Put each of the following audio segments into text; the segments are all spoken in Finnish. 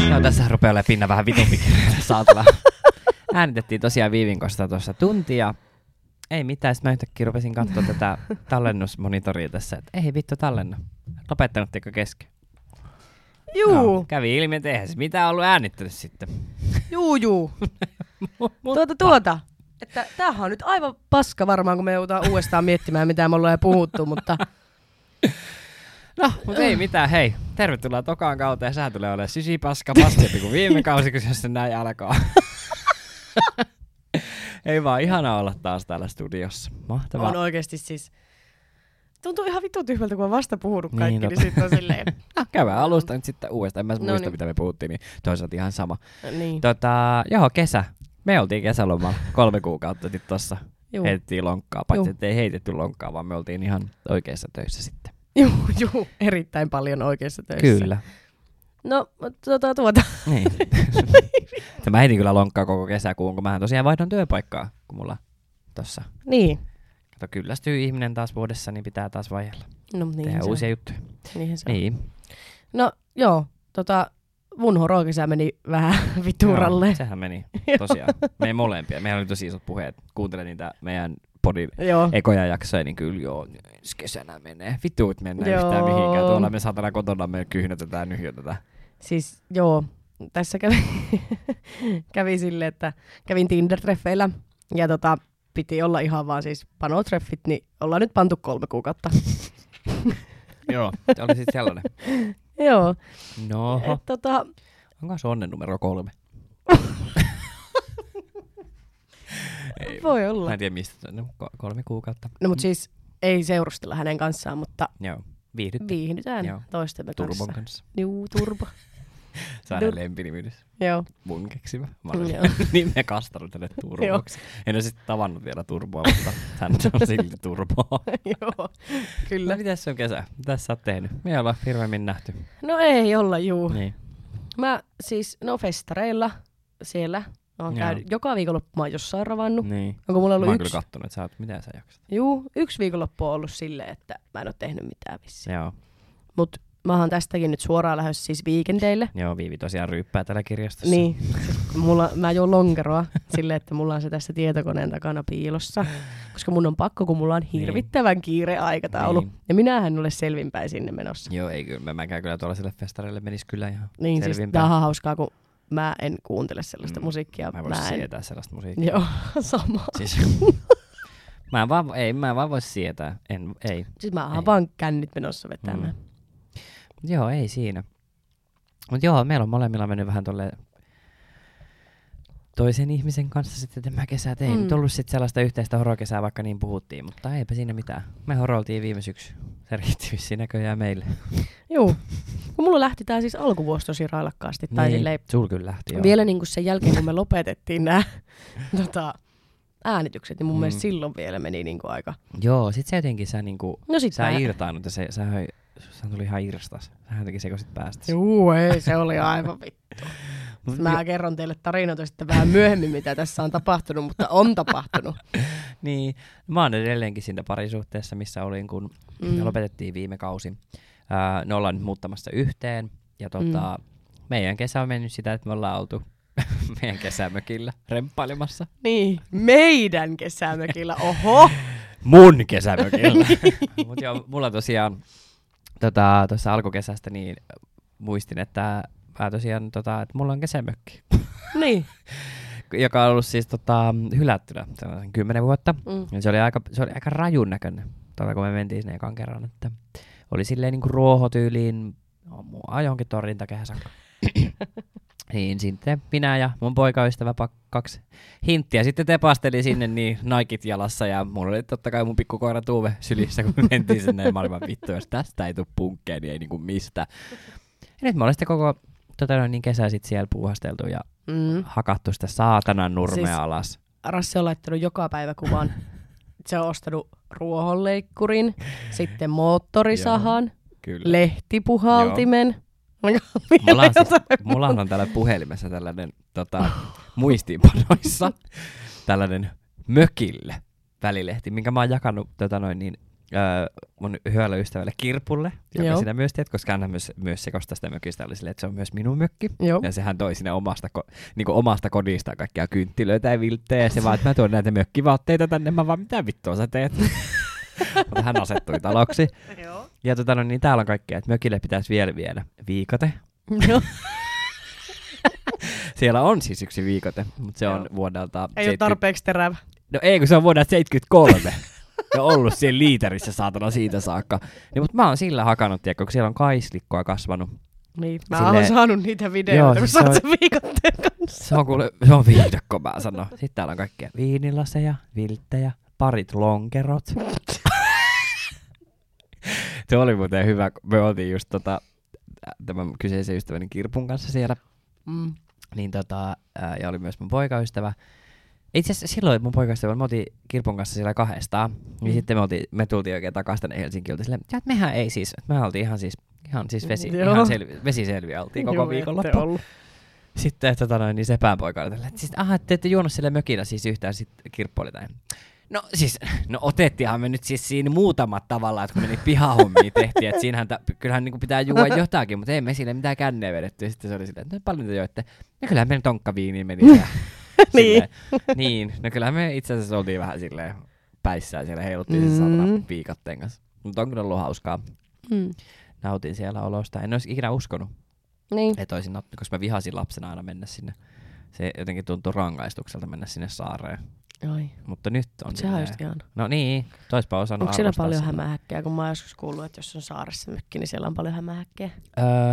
Joo, No, tässä rupeaa olemaan pinna vähän vitumpi saatava. Äänitettiin tosiaan Viivinkosta tuossa tuntia. Ei mitään, sit mä yhtäkkiä rupesin katsoa tätä tallennusmonitoria tässä, että ei vittu tallenna. Lopettanutteko kesken? Juu, kävi ilmi, että eihän se mitään ollut äänittänyt sitten. juu, juu. No, Mut Tuota, tuota. Että tämähän on nyt aivan paska varmaan, kun me joudutaan uudestaan miettimään, mitä me ollaan jo puhuttu, mutta No, mutta ei mitään, hei. Tervetuloa Tokaan kautta ja sä tulee olemaan sysipaska paskempi kuin viime kausi, kun jos se näin alkaa. ei vaan, ihana olla taas täällä studiossa. Mahtavaa. on oikeasti siis... Tuntuu ihan vittu tyhmältä, kun on vasta puhunut Niin, kaikki, niin, totta. niin sitten on silleen... Ah, käydään alusta nyt sitten uudestaan. En mä muista, No niin. mitä me puhuttiin, niin toisaalta ihan sama. Niin. Tota, joo, kesä. Me oltiin kesälomalla kolme kuukautta sitten tuossa. Juu. Heitettiin lonkkaa, paitsi Juu. että ei heitetty lonkkaa, vaan me oltiin ihan oikeissa töissä sitten. Juu, juu, erittäin paljon oikeissa töissä. Kyllä. No, mut tuota, tuota. Niin. Mutta mä heitin kyllä lonkkaa koko kesäkuun, kun mähän tosiaan vaihdan työpaikkaa, kun mulla tossa. Niin. Kato, kyllästyy ihminen taas vuodessa, niin pitää taas vaihella. No, niin Tehdä uusia juttuja. Niinhän se on. Niin. No, joo, tota, mun horokesä meni vähän vituralle. Joo, sehän meni, tosiaan. Meidän molempia. Meillä oli tosi isot puheet. Kuuntelin niitä meidän podin Joo. ekoja jaksoja, niin kyllä joo, ensi kesänä menee. Vittu, et mennä Joo. yhtään mihinkään. Tuolla me saatana kotona me kyhnätetään, nyhjötetään. Siis joo, tässä kävi, kävi sille, että kävin Tinder-treffeillä ja tota, piti olla ihan vaan siis panotreffit, niin ollaan nyt pantu kolme kuukautta. Joo. Se oli sitten sellainen. joo, No, et, tota, onko se onnen numero kolme? Ei, voi Mä olla. en tiedä mistä, se on. no, ko- kolme kuukautta. Mm. No mut siis ei seurustella hänen kanssaan, mutta Joo, viihdyt viihdytään Joo. toistemme kanssa. Turbon kanssa. Juu, turbo. Se on Tur- hänen lempinimidys. joo. Mun keksimä. Mä olen Joo. niin me kastanut tänne turboksi. en ole sitten tavannut vielä turboa, mutta hän on silti turboa. joo, Kyllä. kyllä. No, Mitäs se on kesä? Mitäs sä oot tehnyt? Me ollaan hirveämmin nähty. No ei olla, juu. Niin. Mä siis, no festareilla siellä. Mä oon Joo. käynyt, joka viikonloppu mä oon jossain ravannut. niin. Onko mulla Mä oon ollut kyllä no. yksi? kattonut, että sä oot, mitä sä jaksat. Juu, yksi viikonloppu on ollut silleen, että mä en ole tehnyt mitään vissiin. Joo, Mut mä oon tästäkin nyt suoraan lähes siis viikendeille. joo Viivi tosiaan ryyppää täällä kirjastossa. Niin, siis mulla, mä juon lonkeroa silleen, että mulla on se tässä tietokoneen takana piilossa. Koska mun on pakko, kun mulla on hirvittävän kiire aikataulu. Niin. Niin. Ja minähän en ole selvinpäin sinne menossa. Joo, ei kyllä. Mä, mäkään kyllä tuollaiselle festareille menis kyllä ihan Niin siis selvinpäin. tämähän on hauskaa, kun mä en kuuntele sellaista Mm. mm. musiikkia. Mä en voi en... sietää sellaista musiikkia. Joo, sama. Siis, mä en vaan, ei, mä en vaan voi sietää. En, ei. Siis mä Ei. oon vaan kännit menossa vetämään. Mm. Joo, ei siinä. Mutta joo, meillä on molemmilla mennyt vähän tolle toisen ihmisen kanssa sitten tämä kesä tein. Mm. Mm. Tullut sitten sellaista yhteistä horokesää, vaikka niin puhuttiin, mutta eipä siinä mitään. Me horoltiin viime syksy. Se riitti vissiin näköjään meille. Joo. Kun mulla lähti tää siis alkuvuosi tosi railakkaasti. Tai niin. silleen, sul kyllä lähti joo. vielä niin kuin sen jälkeen, kun me lopetettiin nämä tota, äänitykset, niin mun Mm. mm. mielestä silloin vielä meni niin kuin aika. Joo, sit se jotenkin sä niinku, No sit sä mä... irtaannut ja se, sä, sä tuli ihan irstas. Sähän jotenkin sekoisit päästä. Juu, ei, se oli aivan vittu. Mut Mä kerron teille tarinoita sitten vähän myöhemmin, mitä tässä on tapahtunut, mutta on tapahtunut. Niin, mä oon edelleenkin siinä parisuhteessa, missä olin, kun mm. me Mm. lopetettiin viime kausi. Ää, ne ollaan nyt muuttamassa yhteen, ja tota, mm. meidän kesä on mennyt sitä, että me ollaan oltu meidän kesämökillä remppailemassa. Niin, meidän kesämökillä, oho! Mun kesämökillä! Mut joo, mulla tosiaan tota, tuossa alkukesästä niin muistin, että mä tosiaan, tota, että mulla on kesämökki, Niin. joka on ollut siis tota, hylättynä sellaisen kymmenen vuotta. Mm. Ja Se oli aika, se oli aika rajun näköinen, tuota, kun me mentiin sinne ekan kerran. Että oli silleen niin kuin ruohotyyliin, no, mua johonkin tuon rintakehä saakka. niin sitten minä ja mun poikaystävä pak- kaksi hinttiä sitten tepasteli sinne niin naikit jalassa ja mulla oli totta kai mun pikkukoira Tuuve sylissä, kun me mentiin sinne ja mä olin vaan, vittu, jos tästä ei tule punkkeja, niin ei niinku mistä. Ja nyt mä olen sitten koko tota noin, niin kesä sitten siellä puuhasteltu ja Mm. hakattu sitä saatanan nurmea siis... Siis- alas. Rassi on laittanut joka päivä kuvan. Se on ostanut ruohonleikkurin, sitten moottorisahan, Kyllä. lehtipuhaltimen. Mulla on, siis, mulla on täällä puhelimessa tällainen tota, muistiinpanoissa tällainen mökille välilehti, minkä mä oon jakanut tota noin, niin öö, mun hyvälle ystävälle Kirpulle, joka Joo. sitä myös tiedät, koska hän myös, myös sekoista sitä mökistä, oli silleen, että se on myös minun mökki. Joo. Ja sehän toi sinne omasta, ko- niin omasta kodistaan kaikkia kynttilöitä ja vilttejä, ja se vaan, että mä tuon näitä mökkivaatteita tänne, mä vaan, mitä vittua sä teet? Mutta hän asettui taloksi. Joo. Ja tota, no, niin täällä on kaikkea, että mökille pitäisi vielä viedä viikote. No, Siellä on siis yksi viikote, mutta se on Joo. vuodelta... ei ole 70 tarpeeksi terävä. No ei, kun se on vuodelta 73. ja ollut siellä liiterissä saatana siitä saakka. Niin, mutta mä oon sillä hakannut, tiedätkö, kun siellä on kaislikkoa kasvanut. Niin, mä Silleen- oon saanut niitä Joo, videoita, kun siis sä oot se sen viikotteen kanssa. Se on, kuule, se on viidakko, mä sanon. Sitten täällä on kaikkea viinilaseja, vilttejä, parit lonkerot. se oli muuten hyvä, kun me oltiin just tota, tämän kyseisen ystäväni Kirpun kanssa siellä Mm. niin tota, ää, ja oli myös mun poikaystävä. Itse asiassa silloin mun poikaystävä, me oltiin Kirpun kanssa siellä kahdestaan, niin Mm. sitten me, oltiin, me tultiin oikein takaisin tänne Helsinkiin, oltiin silleen, "Ja, että mehän ei siis, että mehän oltiin ihan siis, ihan siis vesi, Mm, ihan joo. selvi, vesiselviä oltiin Niin, koko Juu, ette viikonloppu. ollut. Sitten tota noin, niin se pääpoika oli tällä, että siis, aha, te ette juonut siellä mökillä siis yhtään, sitten Kirppu oli näin. No siis, no otettiinhan me nyt siis siinä muutamat tavallaan, että kun me niitä pihahommia tehtiin, että siinähän ta, kyllähän niinku pitää juua jotakin, mutta ei me sille mitään känneä vedetty. Ja sitten se oli silleen, että no paljon te joitte. No kyllähän me nyt tonkkaviiniin meni. Ja Niin. silleen, niin, no kyllähän me itse asiassa oltiin vähän silleen päissään siellä, heiluttiin mm. se Mm. saatana viikatteen kanssa. Mutta on kyllä ollut hauskaa. Mm. Nautin siellä olosta. En olisi ikinä uskonut, Niin. että olisin ottanut, koska mä vihasin lapsena aina mennä sinne. Se jotenkin tuntui rangaistukselta mennä sinne saareen. Ai, Mutta nyt on sehän on silleen- just ihan. No niin, toispa osannut Onko siellä arvostaa paljon sitä. hämähäkkejä, kun mä oon joskus kuullut, että jos on saaressa mökki, niin siellä on paljon hämähäkkejä.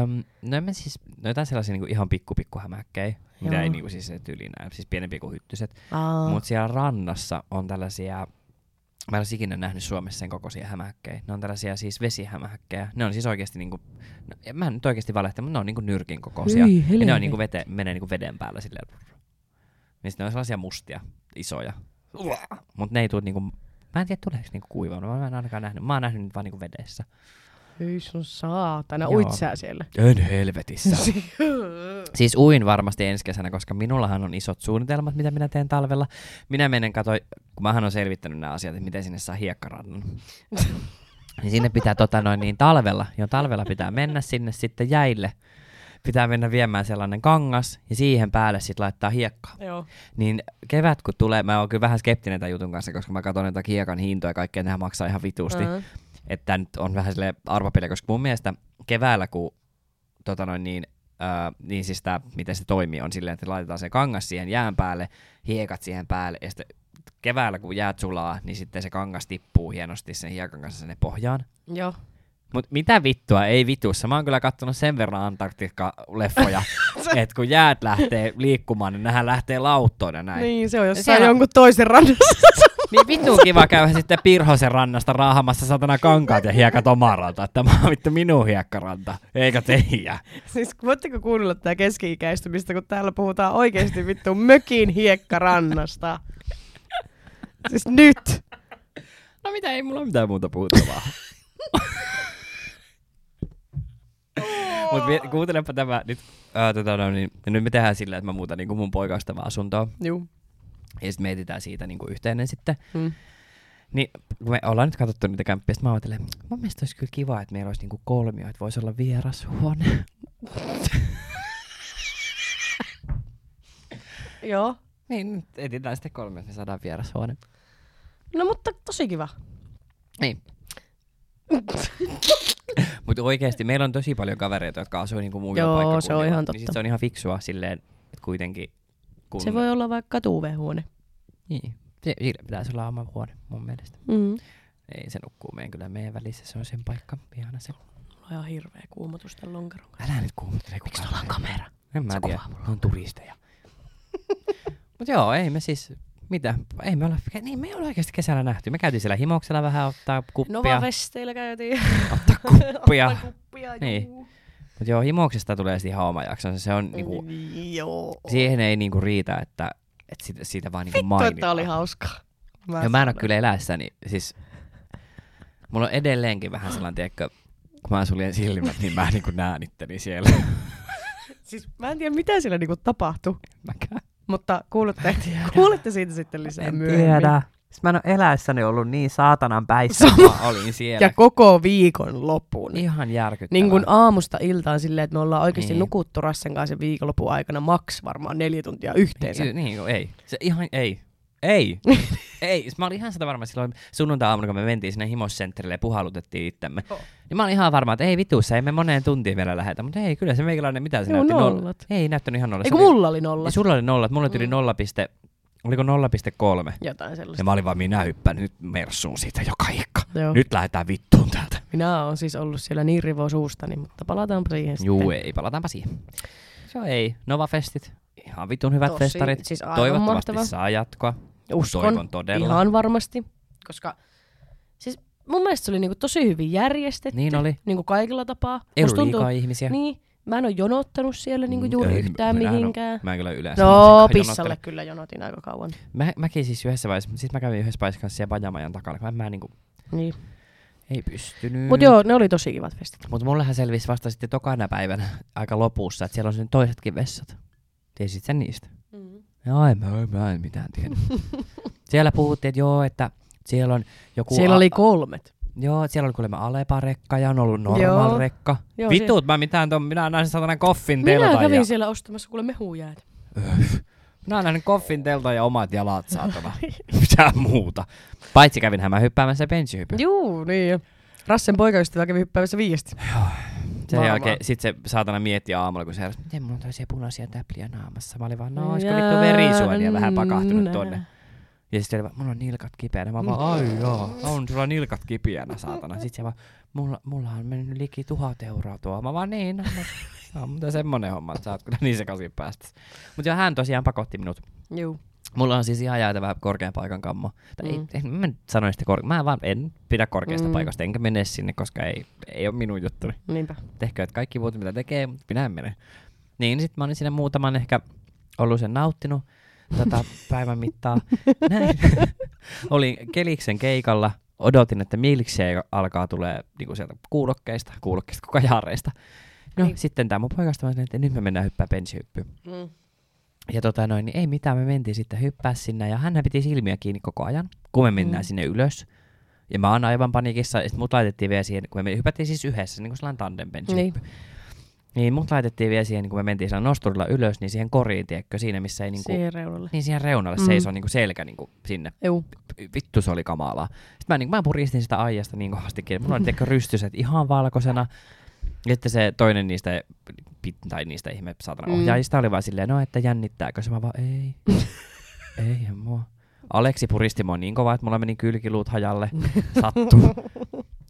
Öm, no en mä siis, no jotain sellaisia niinku ihan pikku pikku hämäkkejä, mitä Joo. ei niinku siis tyyli näe, siis pienempi kuin hyttyset. Aa, Mutta siellä rannassa on tällaisia, mä en olisi ikinä nähnyt Suomessa sen kokoisia hämähäkkejä. Ne on tällaisia siis vesihämähäkkejä. Ne on siis oikeasti niinku, no, en- mä en nyt oikeasti valehtele, mutta ne on niinku nyrkin kokoisia. Hyi ja ne on helvetti. niinku vete, menee niinku veden päällä silleen. Niin sit ne on sellaisia mustia, isoja. Mutta ne ei tule niinku, mä en tiedä tuleeko niinku kuivana, mä en ainakaan nähnyt. Mä oon nähnyt niitä vaan niinku vedessä. hyi sun saatana, Joo. uit sä siellä. En helvetissä. Siis uin varmasti ensi kesänä, koska minullahan on isot suunnitelmat, mitä minä teen talvella. Minä menen kato, kun mähän on selvittänyt nämä asiat, että miten sinne saa hiekkarannan. niin sinne pitää tota noin niin talvella, jo talvella pitää mennä sinne sitten jäille. Pitää mennä viemään sellainen kangas ja siihen päälle sitten laittaa hiekkaa. Joo. Niin kevät kun tulee, mä oon kyllä vähän skeptinen tämän jutun kanssa, koska mä katson jotakin hiekan hintoja ja kaikkea, nehän maksaa ihan vituusti Ää. että tää nyt on vähän sille arvapeliä, koska mun mielestä keväällä, kun tota noin, niin, äh, niin siis tää, miten se toimii, on silleen, että laitetaan se kangas siihen jään päälle, hiekat siihen päälle, ja sitten keväällä, kun jäät sulaa, niin sitten se kangas tippuu hienosti sen hiekan kanssa sinne pohjaan. Joo. Mut mitä vittua, ei vitussa. Mä oon kyllä kattonut sen verran Antarktika-leffoja, että kun jäät lähtee liikkumaan, niin nehän lähtee lauttoon ja näin. Niin, se on jossain Siellä- jonkun toisen rannassa. Niin vittu kiva käydä sitten Pirhosen rannasta raahamassa satana kankaat ja hiekat omaralta. Että Tämä on vittu minun hiekkaranta, eikä teijä. Siis voitteko kuunnella tätä keski-ikäistymistä, kun täällä puhutaan oikeasti vittu mökin hiekkarannasta. Siis nyt. No mitä, ei mulla ole mitään muuta puhuttavaa. Mutta kuuntelepa tämä nyt. Äh, tota, no, niin, nyt me tehdään sillä, että mä muutan niin mun poikaystävää asuntoa. Juu. Ja sitten me etsitään siitä niin yhteinen sitten. Mm. Niin kun me ollaan nyt katsottu niitä kämppiä, sit mä ajattelen, mun mielestä olisi kyllä kiva, että meillä olisi niinku kolmio, että voisi olla vierashuone. Joo. niin, nyt etsitään sitten kolmio, että me saadaan vierashuone. No mutta tosi kiva. Niin. Mutta oikeasti meillä on tosi paljon kavereita, jotka asuu niinku muilla Joo, paikkakunnilla. se on ihan Niin sit totta. se on ihan fiksua silleen, että kuitenkin... Kun... Se voi olla vaikka tuuvehuone. Niin. Se, siinä pitäisi olla oma huone mun mielestä. Mm. Ei se nukkuu meidän kyllä meidän välissä, se on sen paikka. Ihana se. Mulla on ihan hirveä kuumotus tämän lonkeron kanssa. Älä nyt kuuntele kukaan. Miksi on kamera? En mä Se tiedä, kuvaa ne on turisteja. Mut joo, ei me siis, mitä, ei me olla, niin me ei olla oikeasti kesällä nähty. Me käytiin siellä himoksella vähän ottaa kuppia, Nova No Vesteillä käytiin. No ottaa kuppia. Ottaa kuppia Niin. juu. Mut joo, himoksesta tulee sitten ihan oma jaksonsa. Se on Niin. niinku, Joo. siihen ei niinku riitä, että, että siitä, siitä vaan niinku Vittu, että mainitaan. oli hauskaa. Mä, Ja mä en ole kyllä eläessäni, siis mulla on edelleenkin vähän sellainen, tiedätkö, kun mä suljen silmät, niin mä niinku näen itteni siellä. Siis mä en tiedä, mitä siellä niinku tapahtui, Mäkään. mutta kuulette, kuulette siitä sitten lisää En myöhemmin. tiedä. Siis mä en ole eläessäni ollut niin saatanan päissä, kun mä olin siellä. Ja koko viikon lopun. Ihan järkyttävää. Niin kuin aamusta iltaan silleen, että me ollaan oikeasti Niin. niin. nukuttu Rassen kanssa sen viikonlopun aikana maks varmaan neljä tuntia yhteensä. Y- niin, kun ei. Se ihan ei. Ei. ei. Siis Mä olin ihan sitä varma silloin sunnuntai-aamuna, kun me mentiin sinne himossentterille ja puhalutettiin itsemme. Joo. Niin mä olin ihan varma, että ei vittu, se ei me moneen tuntiin vielä lähetä. Mutta ei, kyllä se meikäläinen, mitä se Juu, näytti nolla. nollat. Ei näyttänyt ihan nolla. Eikö mulla oli nolla? Ja sulla oli nolla, että mulla tuli Mm. nolla piste, oliko 0,3. Jotain Ja sellaista. mä olin vaan, minä hyppään nyt mersuun siitä joka ikka. Niin Joo. Nyt lähdetään vittuun täältä. Minä olen siis ollut siellä niin rivo suustani, mutta palataanpa siihen Juu, sitten. ei, palataanpa siihen. Se on ei. Nova-festit. Ihan vitun hyvät Tosi, festarit. siis aivan Toivottavasti mahtava. saa jatkoa. Uskon. Toivon todella. Ihan varmasti. Koska siis mun mielestä se oli niinku tosi hyvin järjestetty. Niin oli. Niinku kaikilla tapaa. Ei Musta ollut tuntuu, liikaa ihmisiä. Niin. Mä en ole jonottanut siellä niinku Mm, juuri ei, yhtään minähän on- mihinkään. Mä en kyllä yleensä. No, mitenkään pissalle jonottele. kyllä jonotin aika kauan. Mä, mäkin siis yhdessä vaiheessa, sit mä kävin yhdessä paikassa siellä Pajamajan takana, kun en mä niinku, Niin. ei pystynyt. Mut joo, ne oli tosi kivat festit. Mut mullehän selvisi vasta sitten tokana päivänä aika lopussa, että siellä on sen toisetkin vessat. Tiesit sen niistä? Mm. No ei mä, ei mä en mitään tiedä. siellä puhuttiin, että joo, että siellä on joku... Siellä oli kolmet. Joo, siellä oli kuulemma Alepa-rekka ja on ollut normal-rekka. Joo, Vitut, mä mitään ton, minä näin satana koffin siellä- Minä teltan kävin ja... siellä ostamassa kuule mehujäät. Minä oon nähnyt koffin teltan ja omat jalat saatana. Mitä muuta. Paitsi kävinhän mä hyppäämässä benchihypyn. Juu, niin. Rassen poikaystävä kävi hyppäämässä viiesti. Sen Varmaan. jälkeen sit se saatana mietti aamulla, kun se heräsi, miten mulla on toisia punaisia täpliä naamassa. Mä olin vaan, no olisiko vittu verisuonia mm. vähän pakahtunut tonne. Ja sitten vaan, mulla on nilkat kipeänä. Mä vaan, ai joo, on sulla nilkat kipeänä, saatana. Sitten se vaan, mulla, mulla on mennyt liki tuhat euroa tuo. Mä vaan, niin, no, no, no mutta semmonen homma, että sä oot kyllä niin sekaisin päästä. Mutta joo, hän tosiaan pakotti minut. Juu. Mulla on siis ihan jäätävä korkean paikan kammo. Tai mm. Mm. ei, en, mä nyt sanoin sitä korke- Mä vaan en pidä korkeasta mm. Mm. paikasta, enkä mene sinne, koska ei, ei ole minun juttuni Niinpä. tehkööt kaikki muut, mitä tekee, mutta minä en mene. Niin, sitten mä olin siinä muutaman ehkä ollut sen nauttinut tota päivän mittaan. Näin. olin Keliksen keikalla, odotin, että milkshake alkaa tulee niinku sieltä kuulokkeista, kuulokkeista koko jaareista. No, Niin. sitten tämä mun poikasta mä sanoin, että nyt me mennään hyppää bensihyppyyn. Mm. Ja tota noin, niin ei mitään, me mentiin sitten hyppää sinne ja hän piti silmiä kiinni koko ajan, kun me mennään Mm. sinne ylös. Ja mä oon aivan paniikissa, ja sit mut laitettiin vielä siihen, kun me hypättiin siis yhdessä, niin kuin sellainen tandem Niin. niin. niin mut laitettiin vielä siihen, kun me mentiin sillä nosturilla ylös, niin siihen koriin, tiedätkö, siinä missä ei niinku, Siihen reunalle. niin siihen reunalle mm. Mm. seisoo niinku selkä niinku sinne. Juu. Vittu se oli kamalaa. Sitten mä, niinku, mä puristin sitä aiasta niin kohastikin, mulla oli tiedätkö rystyset ihan valkoisena. Ja sitten se toinen niistä, pit- tai niistä ihme saatana Mm. ohjaajista oli vaan silleen, no että jännittääkö se, mä vaan ei, ei en mua. Aleksi puristi mua niin kovaa, että mulla meni kylkiluut hajalle, sattuu.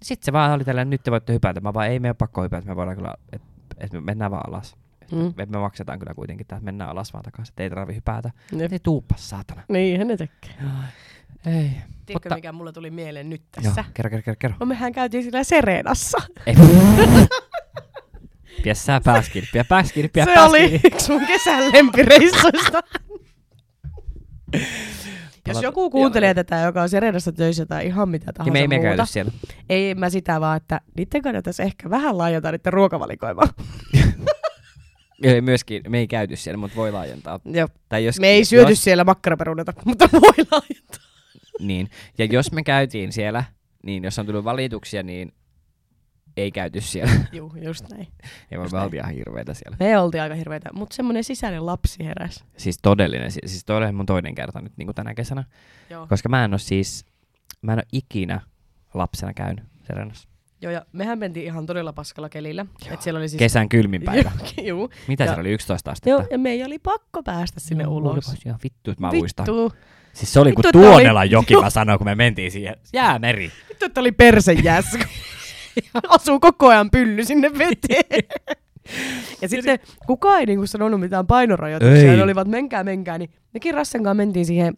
Sitten se vaan oli tällainen, nyt te voitte hypätä, mä vaan ei me ole pakko hypätä, me voidaan kyllä, että et me mennään vaan alas. Mm. Et me maksetaan kyllä kuitenkin täältä, mennään alas vaan takaisin, että ei tarvi hypätä. Jep. Ne tuuppas, saatana. Niinhän ne tekee. Ei. Tiedätkö, Mutta- mikä mulla tuli mieleen nyt Joo, tässä? kerro, kerro, kerro, kerro. No mehän käytiin sillä Serenassa. Ei. Pidä sä pääskirppiä, pääskirppiä, se oli pääskirppiä. yksi mun kesän lempireissuista. Jos joku kuuntelee tätä, joka on Serenassa töissä tai ihan mitä Ja tahansa me ei me muuta, käyty siellä. ei mä sitä vaan, että niiden kannattaisi ehkä vähän laajentaa niiden ruokavalikoimaa. Ei, myöskin, me ei käyty siellä, mutta voi laajentaa. Joo. Tai jos, Me ei syöty Jos, siellä makkaraperunata, mutta voi laajentaa. niin. Ja jos me käytiin siellä, niin jos on tullut valituksia, niin ei käyty siellä. Juu, just näin. Ja me Just me näin. oltiin ihan hirveitä siellä. Me oltiin aika hirveitä, mutta semmoinen sisäinen lapsi heräs. Siis todellinen, si- siis todellinen mun toinen kerta nyt niin kuin tänä kesänä. Joo. Koska mä en ole siis, mä en ole ikinä lapsena käynyt Serenassa. Joo, ja mehän mentiin ihan todella paskalla kelillä. Joo. Et siellä oli siis... Kesän kylmin päivä. Juu. Mitä Ja- siellä oli, 11 astetta? Joo, ja meidän oli pakko päästä sinne Joo, ulos. olipas No, Ihan vittu, että mä muistan. Vittu, Siis se oli kuin Vittu, että Tuonela oli- joki, Joo. mä sanoin, kun me mentiin siihen. Jäämeri. vittu, että oli persejäsku. Asuu koko ajan pylly sinne veteen. ja sitten kukaan ei niinku sanonut mitään painorajoituksia. Ei. Ne olivat menkää, menkää. Niin mekin Rassen kanssa mentiin siihen,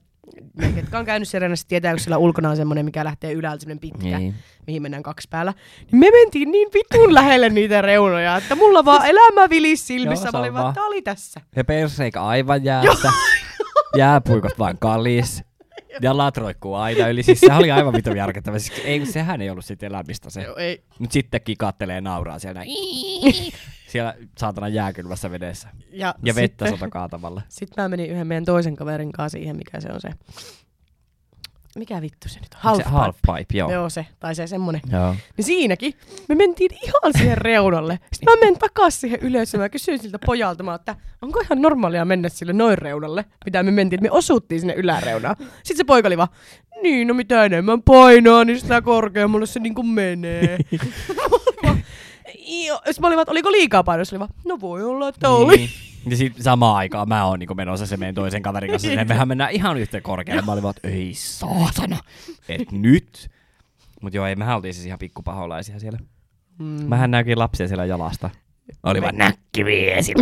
ne, ketkä on käynyt serenässä tietää, kun siellä ulkona on semmoinen, mikä lähtee ylhäältä semmoinen pitkä. Niin. mihin mennään kaksi päällä, niin me mentiin niin vitun lähelle niitä reunoja, että mulla vaan elämä vilisi silmissä. Joo, Joo, mä olin sama. vaan, että tää oli tässä. Ja perseikä aivan jäässä. Jääpuikot vaan kalis. Jalat roikkuu aina yli. Siis sehän oli aivan vitun järkyttävä. Siis ei, sehän ei ollut sitten elämistä se. ei. Nyt sitten kikattelee ja nauraa siellä. näin. Siellä saatana jääkylmässä vedessä. Ja, Ja vettä sitten, sota kaatamalla. sitten mä menin yhden meidän toisen kaverin kanssa siihen, mikä se on se mikä vittu se nyt on? Half, se Halfpipe. half pipe, joo. Joo se, tai se semmonen. joo. Niin siinäkin me mentiin ihan siihen reunalle. Sitten mä menen takas siihen ylös ja mä kysyin siltä pojalta, mä, oon, että onko ihan normaalia mennä sille noin reunalle, mitä me mentiin, että me osuttiin sinne yläreunaan. Sitten se poika oli vaan, niin no mitä enemmän painaa, niin sitä korkeammalle se niinku menee. Mä olin vaan, "Joo." Sitten mä olin vaan, että oliko liikaa painoa, se oli vaan, no voi olla, että oli. Niin. Ja sit samaan aikaan mä oon niinku menossa se meidän toisen kaverin kanssa. Sinne mehän mennään ihan yhtä korkealle. Mä olin vaan, että ei saatana, et nyt. Mut joo, ei mehän oltiin siis ihan pikkupaholaisia siellä. Mm. Mähän näykin lapsia siellä jalasta. Oli vaan näkkiviesi.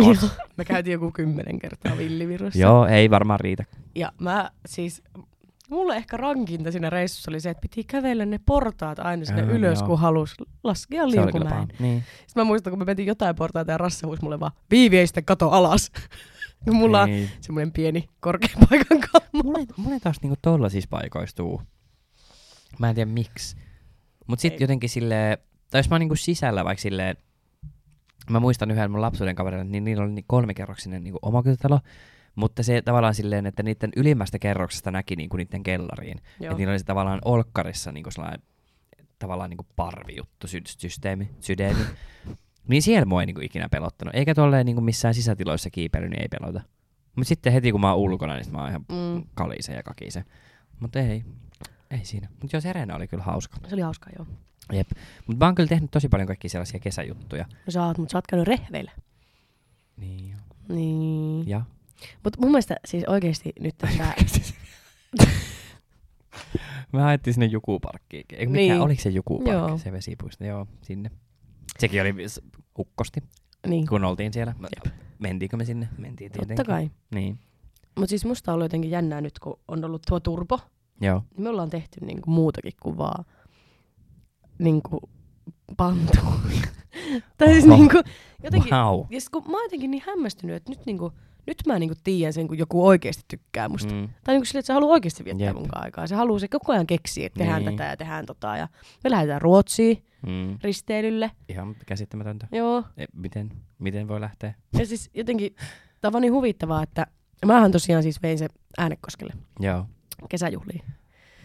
Me käytiin joku kymmenen kertaa villivirrassa. joo, ei varmaan riitä. Ja mä siis, mulle ehkä rankinta siinä reissussa oli se, että piti kävellä ne portaat aina sinne Joo, ylös, joo. kun halus laskea Se oli kyllä liukumäen. paha. Niin. Sitten mä muistan, kun me mentiin jotain portaita ja Rasse huusi mulle vaan, viiveistä kato alas. kun mulla on Niin. semmoinen pieni korkean paikan kammo. Mulle, mulle taas niinku tollasissa paikoissa tuu. Mä en tiedä miksi. Mut sit Ei. jotenkin silleen, tai jos mä oon niinku sisällä vaikka silleen, mä muistan yhden mun lapsuuden kaverin, niin niillä oli ni- kolmikerroksinen niinku omakotitalo, mutta se tavallaan silleen, että niiden ylimmästä kerroksesta näki niinku niiden kellariin. Joo. Että niillä oli se tavallaan olkkarissa niinku sellainen tavallaan niinku parvijuttu, sy- systeemi, sydeemi. niin siellä mua ei niinku ikinä pelottanut. Eikä tolleen niinku missään sisätiloissa kiipeily, niin ei pelota. Mutta sitten heti kun mä oon ulkona, niin sit mä oon ihan Mm, kalise ja kakise. Mutta ei, ei siinä. Mutta joo, Serena oli kyllä hauska. se oli hauskaa, joo. Jep. Mutta mä oon kyllä tehnyt tosi paljon kaikkia sellaisia kesäjuttuja. No sä oot, mut sä oot käynyt rehveillä. Niin joo. Niin. Ja? Mut mun mielestä siis oikeesti nyt tämä... Mä haettiin sinne Jukuparkkiin. Eikö mikä, Niin. niin. oliko se Jukuparkki, Joo. joo. se vesipuisto? Joo, sinne. Sekin oli s- ukkosti, niin, kun oltiin siellä. Mä- Mentiinkö me sinne? Mentiin tietenkin. totta kai. Niin, Mut siis musta on ollut jotenkin jännää nyt, kun on ollut tuo turbo. joo. me ollaan tehty niinku muutakin kuin vaan niinku pantu. tai siis Oho. niinku, jotenkin, Wow. ja sit kun mä oon jotenkin niin hämmästynyt, että nyt, niinku, nyt mä niinku tiedän sen, kun joku oikeasti tykkää musta. Mm. Mm. Tai niinku sille, että se haluaa oikeasti viettää Jep. mun kanssa aikaa. Se haluaa se koko ajan keksiä, että tehdään Niin. tätä ja tehdään tota. Ja me lähdetään Ruotsiin Mm. risteilylle. Ihan käsittämätöntä. Joo. E, miten, miten voi lähteä? Ja siis jotenkin, tää on vaan niin huvittavaa, että mähän tosiaan siis vein se äänekoskelle Joo. kesäjuhliin.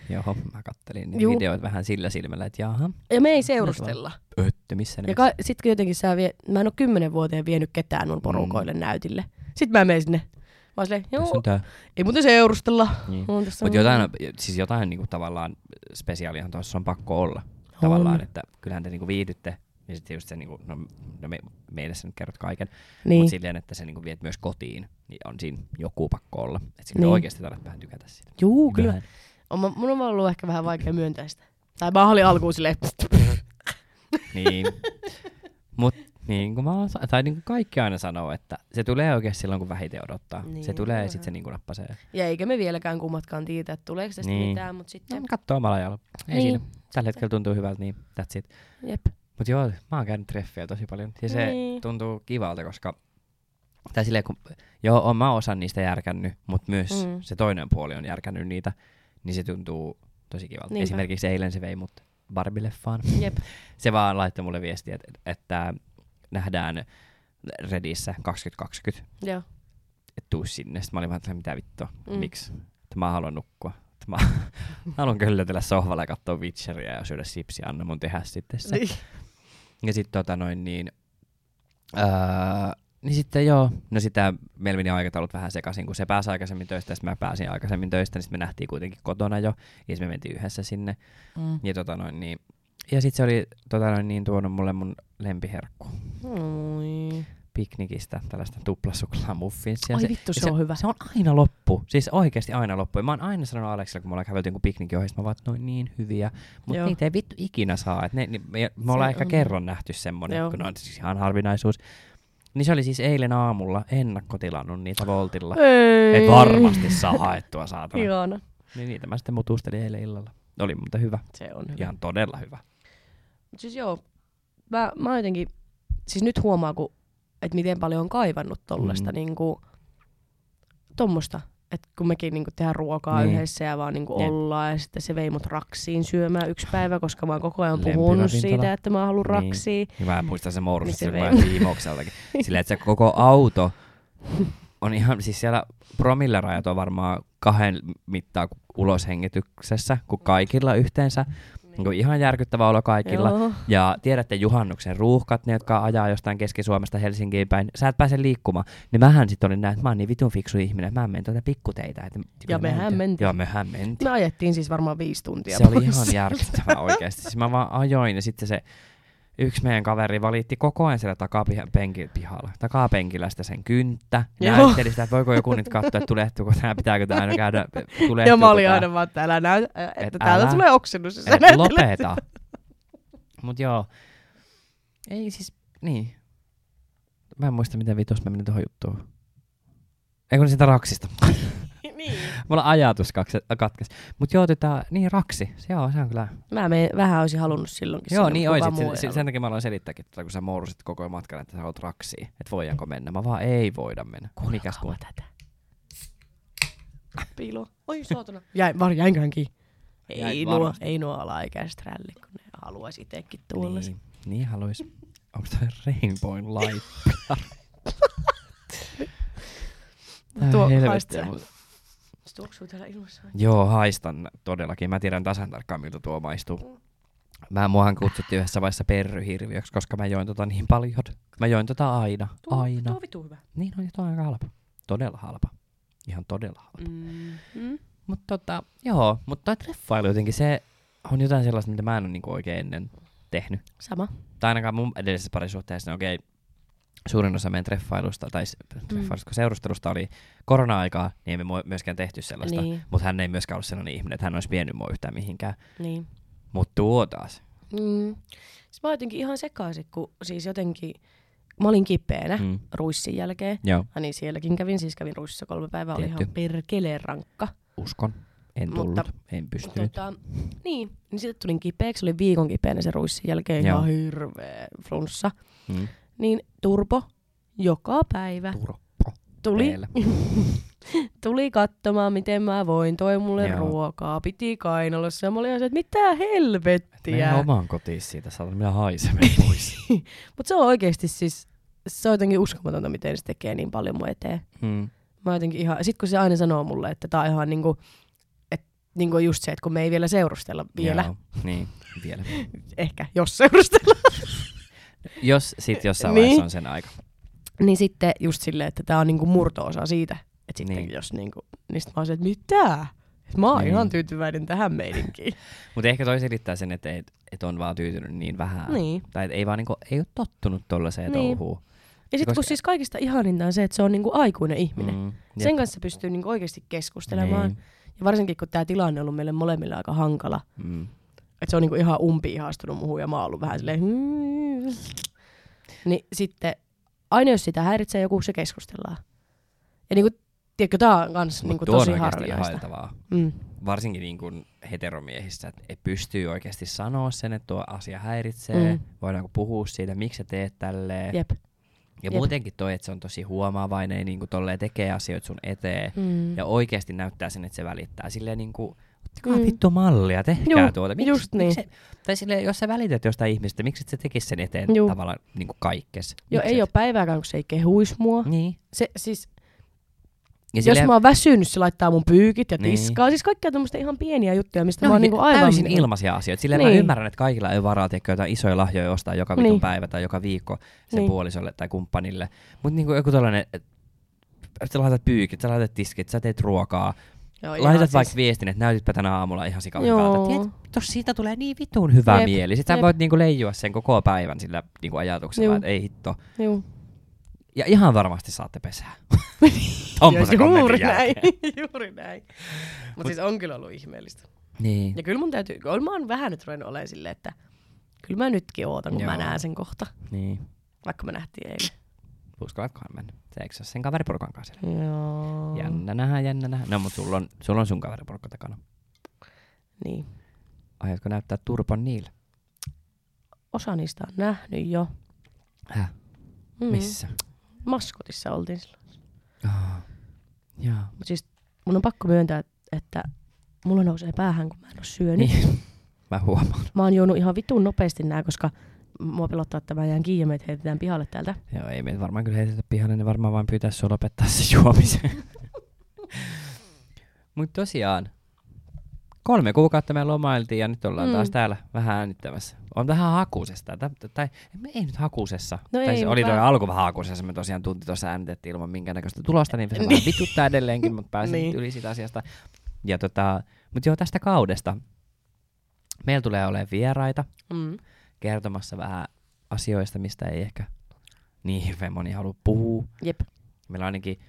Joo, mä kattelin niitä Juu. videoita vähän sillä silmällä, että jaha, Ja me ei seurustella. öttö, missä ne Ja ka- sit kun jotenkin sä vie, mä en oo kymmenen vuoteen vienyt ketään mun porukoille mm. näytille. Sit mä menen sinne. Mä oon silleen, Tässä joo, on tää. ei muuten seurustella. Niin. Mulla on tässä Mutta jotain, siis jotain niinku tavallaan spesiaalihan tuossa on pakko olla. Tavallaan, että kyllähän te niinku viihdytte. Ja sitten just se, niinku, no, no me, meille sä nyt kerrot kaiken. Niin. Niin, Mutta silleen, että se niinku viet myös kotiin, niin on siinä joku pakko olla. Että siinä Niin. niin. oikeasti tarvitset vähän tykätä siitä. juu, kyllä. Vähän. On, mä- mun on vaan ollut ehkä vähän vaikea myöntää sitä. Tai mä olin alkuun silleen, Niin. Mut niin kuin mä oon, sa- tai niin kuin kaikki aina sanoo, että se tulee oikeasti silloin, kun vähiten odottaa. Niin, Niin, se tulee kyllähän. ja sitten se niinku nappasee. ja eikä me vieläkään kummatkaan tiedä, että tuleeko tästä niin. Niin. mitään, mutta No, sitten, kattoo omalla jalalla. Ei Niin. niin. siinä. Tällä hetkellä tuntuu hyvältä, niin that's it. jep. Mut joo, mä oon käynyt treffejä tosi paljon. Ja se Niin. niin. tuntuu kivalta, koska... Tai silleen, kun... Joo, on mä osan niistä järkännyt, mutta myös Mm. mm. se toinen puoli on järkännyt niitä. Niin se tuntuu tosi kivalta. Niinpä. Niinpä. Esimerkiksi eilen se vei mut Barbie-leffaan. Jep. Se vaan laittoi mulle viestiä, että, että nähdään Redissä 2020. Joo. Että tuu sinne. Sitten mä olin vaan, että mitä vittua, Mm. mm. miksi? Että mä haluan nukkua. Että mä haluan köllötellä sohvalla ja katsoa Witcheria ja syödä sipsiä. Anna mun tehdä sitten se. Niin. Ja sitten tota noin niin... Öö, niin sitten joo, no sitä meillä meni aikataulut vähän sekaisin, kun se pääsi aikaisemmin töistä ja sitten mä pääsin aikaisemmin töistä, niin sitten me nähtiin kuitenkin kotona jo, ja sitten me mentiin yhdessä sinne. Mm. Ja, tota noin, niin, ja sitten se oli tota noin, niin, tuonut mulle mun lempiherkku Oi. piknikistä, tällaista tuplasuklaamuffinsia. Ai Se, vittu, ja se on hyvä. se on aina loppu, siis oikeasti aina loppu. Ja mä oon aina sanonut Aleksille, kun me ollaan kävelty jonkun piknikin ohi, sit mä vaan, että noin niin hyviä, Joo. mutta niitä ei vittu ikinä saa. Et ne, ne, me, me Se ollaan ehkä on. kerran nähty semmonen, Joo. kun ne on siis ihan harvinaisuus. Niin se oli siis eilen aamulla ennakkotilannut niitä Voltilla. Ei. Et varmasti saa haettua saatana. Ihana. niin niitä mä sitten mutustelin eilen illalla. Oli muuten hyvä, Se on hyvä. ihan todella hyvä. Mut siis joo, mä, mä oon jotenkin, siis nyt huomaa, kun, että miten paljon on kaivannut tollasta Mm. mm. niinku, tommosta. Että kun mekin niinku tehdään ruokaa Niin. niin. yhdessä ja vaan niinku Jep. ollaan ja sitten se vei mut raksiin syömään yksi päivä, koska mä oon koko ajan Lempiravintola. puhunut siitä, että mä haluan Niin. raksiin. Ja mä muistan se Niin morsus, se se vei. mä viimokseltakin. Silleen, että se koko auto on ihan, siis siellä promillerajat on varmaan kahden mittaa, kun uloshengityksessä kuin kaikilla yhteensä. Niin kuin ihan järkyttävä olo kaikilla. Joo. Ja tiedätte juhannuksen ruuhkat, ne jotka ajaa jostain Keski-Suomesta Helsinkiin päin. Sä et pääse liikkumaan. Niin mähän sitten olin näin, että mä oon niin vitun fiksu ihminen, että mä menen tuota pikkuteitä. Että, Ja mehän mentiin. Joo, mehän mentiin. Me ajettiin siis varmaan viisi tuntia Se oli pois. ihan järkyttävää oikeasti. Siis mä vaan ajoin ja sitten se yksi meidän kaveri valitti koko ajan siellä takapihalla, takapenkillä sitä sen kynttä. Joo. Näytteli sitä, että voiko joku nyt katsoa, että tulehtuuko tämä, pitääkö tämä aina käydä, tulehtuuko Ja mä olin tää. aina vaan, että älä näytä, että tota- Et täältä älä. tulee oksennus. jos sä Et näyttelet. lopeta. Mut joo. Ei siis, niin. Mä en muista, miten vitos mä menin tuohon juttuun. Ei kun siitä raksista. niin. Mulla ajatus kakse- katkesi. Mut joo, tota, niin raksi. Se on, se on kyllä Mä me vähän olisin halunnut silloinkin. Joo, sinne, niin mutta kukaan oisit. muu Sen, ei sen, halunnut. sen takia mä aloin selittääkin, että kun sä moorusit koko matkan, että sä oot raksiin, että voidaanko mennä. Mä vaan ei voida mennä. Mikäs kun? Kuunnelkaa tätä. Piilo. Oi saatana. Jäin, var, jäinköhän kiinni. Ei Jäit nuo, varmasti. ei nuo alaikäiset rälli, kun ne haluaisi itsekin tuolla. Niin, niin haluais. Onko toi Rainbow Light? Tää on Tuo helvettiä haistaa. muuta. Tuoksuu täällä ilmassa. Joo, haistan todellakin. Mä tiedän tasan tarkkaan, miltä tuo maistuu. Mä muahan kutsuttiin yhdessä vaiheessa perryhirviöksi, koska mä join tota niin paljon. Mä join tota aina. Tuo, aina. tuo on vitu hyvä. Niin on, ja tuo on aika halpa. Todella halpa. Ihan todella halpa. Mm. Mm. Mutta tota, joo, mutta toi treffailu jotenkin, se on jotain sellaista, mitä mä en ole niinku oikein ennen tehnyt. Sama. Tai ainakaan mun edellisessä parisuhteessa, niin okei, suurin osa meidän treffailusta, tai s- treffailusta, mm. seurustelusta oli korona-aikaa, niin ei me mu- myöskään tehty sellaista. Niin. Mutta hän ei myöskään ollut sellainen ihminen, että hän olisi vienyt mua yhtään mihinkään. Niin. Mutta tuo taas. Mm. Siis mä oon jotenkin ihan sekaisin, kun siis jotenkin... Mä olin kipeänä mm. Mm. ruissin jälkeen. Joo, Ja niin sielläkin kävin, siis kävin ruississa kolme päivää, oli Tietty. ihan perkeleen rankka. uskon. En tullut, Mutta- en pystynyt. Tota, niin, niin sitten tulin kipeäksi, oli viikon kipeänä se ruissin jälkeen, Joo. ihan hirveä flunssa. Mm. Niin turpo joka päivä Turppo. äh, tuli, Teillä. tuli katsomaan, miten mä voin, toi mulle Joo. Joo. ruokaa, piti kainalossa. Ja mä olin ihan se, että mitä helvettiä. Menen omaan kotiin siitä, saatan minä haisemme Niin. pois. Mutta se on oikeasti siis, se on jotenkin uskomatonta, miten se tekee niin paljon mun eteen. mm. Mä jotenkin ihan, sit kun se aina sanoo mulle, että tää on ihan niinku, että niinku just se, että kun me ei vielä seurustella vielä, Joo, niin, vielä. ehkä jos seurustella, Jos sit jossain Niin. niin. vaiheessa on sen aika. niin sitten just silleen, että tää on niinku murto-osa siitä. Että sitten Niin. niin. jos niinku, niin sit mä oon se, että mitä? Et mä oon Niin. niin. ihan tyytyväinen tähän meininkiin. Mutta ehkä toi selittää sen, että et, et on vaan tyytynyt niin vähän. Niin. Tai et ei vaan niinku, ei ole tottunut tollaiseen Niin. niin. touhuun. Ja sitten Koska- kun siis kaikista ihaninta on se, että se on niinku aikuinen ihminen. Mm. jep. Sen kanssa pystyy niinku oikeasti keskustelemaan. Niin. Niin. Ja varsinkin kun tämä tilanne on ollut meille molemmille aika hankala, Mm. että se on niinku ihan umpi ihastunut muuhun ja mä oon ollut vähän silleen... Hmm. Niin sitten aina jos sitä häiritsee joku, se keskustellaan. Ja niinku, tiedätkö, tää on kans Mut niinku tuo on tosi oikeasti harvinaista. hailtavaa. Mm. Varsinkin niinku heteromiehissä, että et pystyy oikeasti sanoa sen, että tuo asia häiritsee. Mm. Mm. Voidaanko puhua siitä, miksi sä teet tälleen. Jep. Ja jep. muutenkin toi, että se on tosi huomaavainen ja niinku tolleen tekee asioita sun eteen. Mm. Ja oikeasti näyttää sen, että se välittää. Silleen niinku, ottakaa Mm. vittu mallia, tehkää Juu, tuota. just niin. Miksi, tai silleen, jos sä välität jostain ihmisestä, miksi et sä tekis sen eteen Juu. tavallaan niinku kaikkes? Joo, Miksi ei ole et? päivääkään, kun se ei kehuis mua. Niin. Se, siis, Ja jos mä oon väsynyt, se laittaa mun pyykit ja Niin. tiskaa. Siis kaikkia tämmöistä ihan pieniä juttuja, mistä ne mä on oon niinku aivan... No, täysin ilmaisia asioita. Silleen niin. mä Niin. ymmärrän, että kaikilla ei ole varaa tehdä jotain isoja lahjoja ostaa joka vitun Niin. päivä tai joka viikko sen Niin. puolisolle tai kumppanille. Mutta niinku joku tällainen, että sä laitat pyykit, sä laitat tiskit, sä teet ruokaa. Joo, ihan Laitat siis- vaikka viestin, että näytitpä tänä aamulla ihan sika Joo. hyvältä. Tiedät, tos siitä tulee niin vitun hyvä Jep, mieli. Sitten sä jep. voit niinku leijua sen koko päivän sillä niinku ajatuksella, Juu. että ei hitto. Juu. Ja ihan varmasti saatte pesää. Tommosen Ja kommentin Siis juuri jälkeen. näin, juuri näin. Mutta siis on kyllä ollut ihmeellistä. Niin. Ja kyllä mun täytyy, kyllä mä oon vähän nyt ruvennut olemaan silleen, että kyllä mä nytkin ootan, kun Joo. mä Joo. näen sen kohta, niin. vaikka me nähtiin eilen. Uskoatkohan mennä? Se eikö se ole sen kaveriporukan kanssa? Joo. Jännä nähdä, jännä nähdä. No, mutta sulla on, sulla on sun kaveriporukka takana. Niin. Aiotko näyttää turpon niille? Osa niistä on nähnyt jo. Häh? Mm. Missä? Maskotissa oltiin silloin. Mm. Ah. Joo. Mut siis mun on pakko myöntää, että mulla nousee päähän, kun mä en oo syönyt. Niin. Niin. Mä huomaan. Mä oon juonut ihan vitun nopeasti nää, koska mua pelottaa, että mä jään kiinni ja meidät heitetään pihalle täältä. Joo, ei meitä varmaan kyllä heitetä pihalle, ne varmaan vain pyytää sua lopettaa se juomisen. Mut tosiaan, Kolme kuukautta me lomailtiin ja nyt ollaan Mm. mm. taas täällä vähän äänittämässä. On vähän hakusesta. Tai, tai me ei nyt hakusessa. No tai ei, se oli mutta- toi alku vähän hakusessa. Me tosiaan tunti tuossa äänitettiin ilman minkäännäköistä tulosta, niin se vähän Niin. vituttaa edelleenkin, mutta pääsin Niin. nyt yli siitä asiasta. Ja tota, mutta joo, tästä kaudesta. Meillä tulee olemaan vieraita Mm. kertomassa vähän asioista, mistä ei ehkä niin hirveän moni halua puhua. Jep. Meillä on ainakin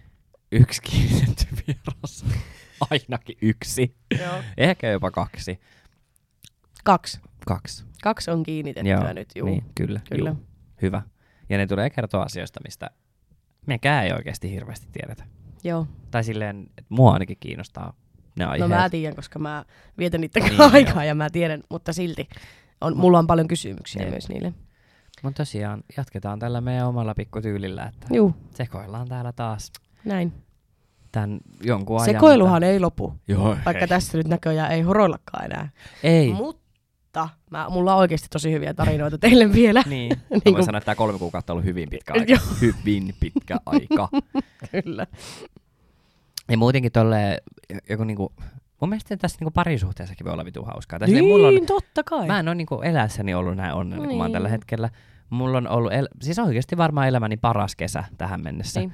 yksi kiinnitetty vieras. Ainakin yksi. Joo. Ehkä jopa kaksi. Kaksi. Kaksi. Kaksi on kiinnitettyä Joo, nyt, juu. Niin, kyllä. Kyllä. kyllä. Juu. Hyvä. Ja ne tulee kertoa asioista, mistä mekään ei oikeasti hirveästi tiedetä. Joo. Tai silleen, että mua ainakin kiinnostaa ne No aiheet. mä tiedän, koska mä vietän niitä Niin, joo. aikaa ja mä tiedän, mutta silti on, mulla on paljon kysymyksiä Jep. myös niille. Mutta tosiaan jatketaan tällä meidän omalla pikkutyylillä, että Juu, sekoillaan täällä taas näin. tämän jonkun ajan. Sekoiluhan ei lopu, mitä- Joo, vaikka ei. tässä nyt näköjään ei horoillakaan enää. ei. Mutta mä, mulla on oikeasti tosi hyviä tarinoita teille vielä. Niin. niin Niin kuin... kuin- Voin sanoa, että tämä kolme kuukautta on ollut hyvin pitkä aika. Joo. hyvin pitkä aika. Kyllä. Ja muutenkin tolle joku niinku, mun mielestä tässä niinku parisuhteessakin voi olla vitu hauskaa. Tai niin. mulla on, totta kai. mä en ole niinku elässäni ollut näin onnellinen niin. kuin mä oon tällä Niin. hetkellä. Mulla on ollut, el- siis oikeasti varmaan elämäni paras kesä tähän mennessä. Niin.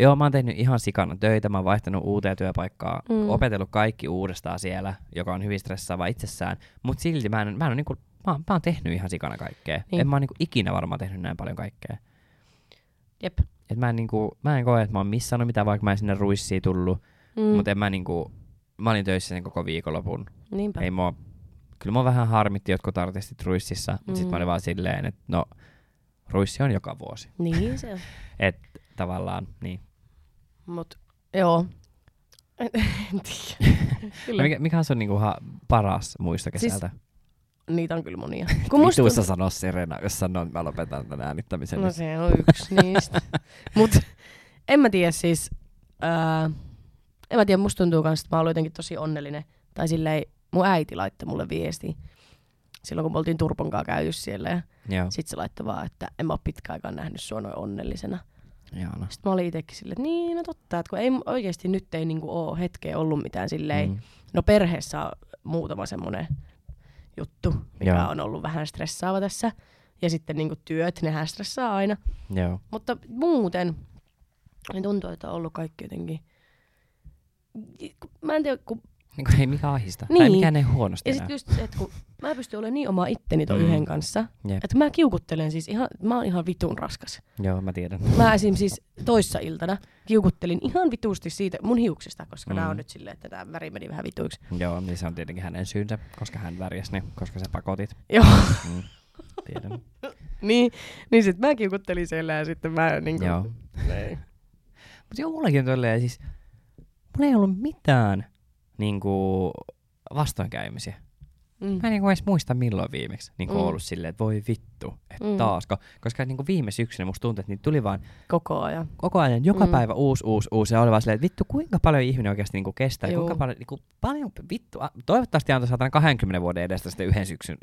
Joo, mä oon tehnyt ihan sikana töitä, mä oon vaihtanut uuteen työpaikkaan, Mm. mm. opetellut kaikki uudestaan siellä, joka on hyvin stressaava itsessään. Mutta silti mä en, mä en ole niinku, mä, oon- mä oon tehnyt ihan sikana kaikkea. Niin. Niin. En mä oon niinku ikinä varmaan tehnyt näin paljon kaikkea. Jep. Et mä, en niinku, mä en koe, että mä oon missannut mitään, vaikka mä en sinne ruissiin tullut. Mm. Mm. Mutta en mä niinku, mä olin töissä sen koko viikonlopun. Niinpä. Ei mua, kyllä mua vähän harmitti jotkut artistit ruississa, mutta mm. sit Mm. mä olin vaan silleen, että no, ruissi on joka vuosi. Niin se on. Et tavallaan, niin. Mut, joo. En, en tiedä. Kyllä. No Mikä, mikä on sun niinku ha- paras muisto kesältä? Siis, Niitä on kyllä monia. Musta... Vituissa sano Serena, jos sanon, mä lopetan tämän äänittämisen. niin No se on yksi niistä. Mut en mä tiedä siis, ää, en mä tiedä, musta tuntuu kans, että mä oon ollut jotenkin tosi onnellinen. Tai silleen, mun äiti laittoi mulle viesti silloin, kun me oltiin Turponkaa käyty siellä. Ja Joo, sit se laittoi vaan, että en mä oo pitkään aikaan nähnyt sua noin onnellisena. joo no. Sitten mä olin itsekin silleen, että niin, no totta, että kun ei oikeasti nyt ei niinku oo hetkeä ollut mitään silleen. Mm. Mm. No perheessä on muutama semmoinen juttu, mikä Joo. on ollut vähän stressaava tässä. Ja sitten niinku työt, nehän stressaa aina. Joo. Mutta muuten, niin tuntuu, että on ollut kaikki jotenkin... Mä en tiedä, kun... Niin kuin ei mikään ahista. Niin. Tai Niin. mikään ei huonosti Ja enää. sit just se, että kun mä pystyn olemaan niin oma itteni ton Mm. yhden kanssa, Jep. että mä kiukuttelen siis ihan... Mä oon ihan vitun raskas. Joo, mä tiedän. Mä esim. siis toissa iltana kiukuttelin ihan vitusti siitä mun hiuksista, koska mm. Mm. nämä on nyt silleen, että tämä väri meni vähän vituiksi. Joo, niin se on tietenkin hänen syynsä, koska hän värjäs ne, koska sä pakotit. Joo. Mm. Tiedän. niin, niin sit mä kiukuttelin siellä ja sitten mä niinku... Joo. Ei. Mutta joo, mullakin on tolleen siis, mulla ei ollut mitään niinku, vastoinkäymisiä. Mm. Mä en niinku edes muista milloin viimeksi niinku Mm. mm. ollut silleen, että voi vittu, että Mm. mm. taasko. Koska niinku viime syksynä musta tuntui, että niitä tuli vaan Koko ajan. koko ajan, joka Mm. mm. päivä uusi, uusi, uusi. Ja oli vaan silleen, että vittu, kuinka paljon ihminen oikeasti niinku kestää. Juu. Kuinka paljon, niinku, paljon vittu. a- Toivottavasti antoi 120 vuoden edestä sitten yhden syksyn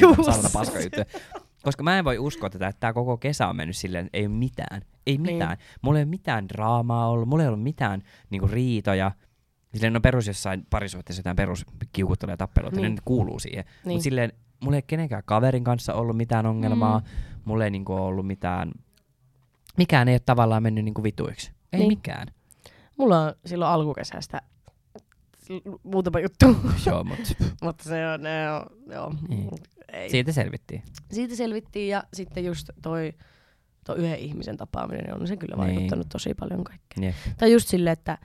Juu. saatana paskajuttuja. Koska mä en voi uskoa tätä, että tämä koko kesä on mennyt silleen, että ei ole mitään. Ei Niin. mitään. Mulla ei ole mitään draamaa ollut, mulla ei ollut mitään niinku, riitoja. Silleen on perus jossain parisuhteessa jotain peruskiukuttelua ja tappeluita, niin. Niin. ne nyt kuuluu siihen. Niin. Niin. Mutta silleen, mulla ei ole kenenkään kaverin kanssa ollut mitään ongelmaa, Mm. mm. mulla ei niinku, ollut mitään mikään ei ole tavallaan mennyt niinku vituiksi. Ei niin. Niin. mikään. Mulla on silloin alkukesästä muutama juttu. Joo, mutta Mutta se on, ne on joo. Niin. Ei. Siitä. siitä selvittiin. Siitä selvittiin ja sitten just toi, toi yhden ihmisen tapaaminen niin on se kyllä Niin. vaikuttanut tosi paljon kaikkeen. Jep. Tai just silleen, että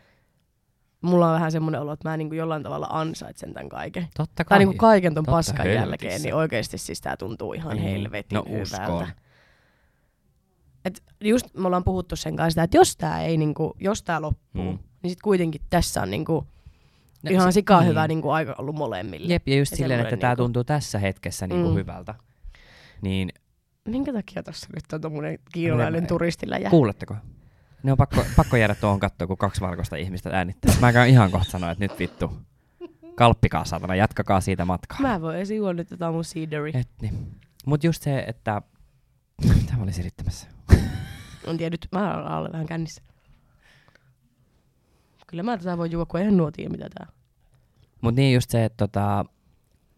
mulla on vähän semmoinen olo, että mä niin kuin jollain tavalla ansaitsen tämän kaiken. Totta kai. Tai niin kuin kaiken ton Totta paskan helvetissä. jälkeen, niin oikeasti siis tää tuntuu ihan Niin. helvetin No hyvältä. uskon. Et just me ollaan puhuttu sen kanssa sitä, että jos tää ei niinku, jos tää loppuu, Mm. niin sit kuitenkin tässä on niinku No se- ihan sikaa niin. hyvä niinku aika ollut molemmille. Jep, ja just Ja silleen, että semmoinen tämä niinku- tuntuu tässä hetkessä niinku Mm. hyvältä. Niin Minkä takia tuossa nyt on tommonen kiinalainen Minä- turistilla jää? kuuletteko? Ne on pakko, pakko jäädä tuohon kattoon, kun kaksi valkoista ihmistä äänittää. Mä käyn ihan kohta sanoa, että nyt vittu. Kalppikaa saatana, jatkakaa siitä matkaa. Mä voin edes juoda nyt jotain mun cideria. Et niin. Mut just se, että... Mitä mä olin selittämässä? On tiedä, nyt mä olen alle vähän kännissä. Kyllä mä tätä voi juo, kun eihän nuo tiedä mitä tää on. Mutta niin just se, että tota,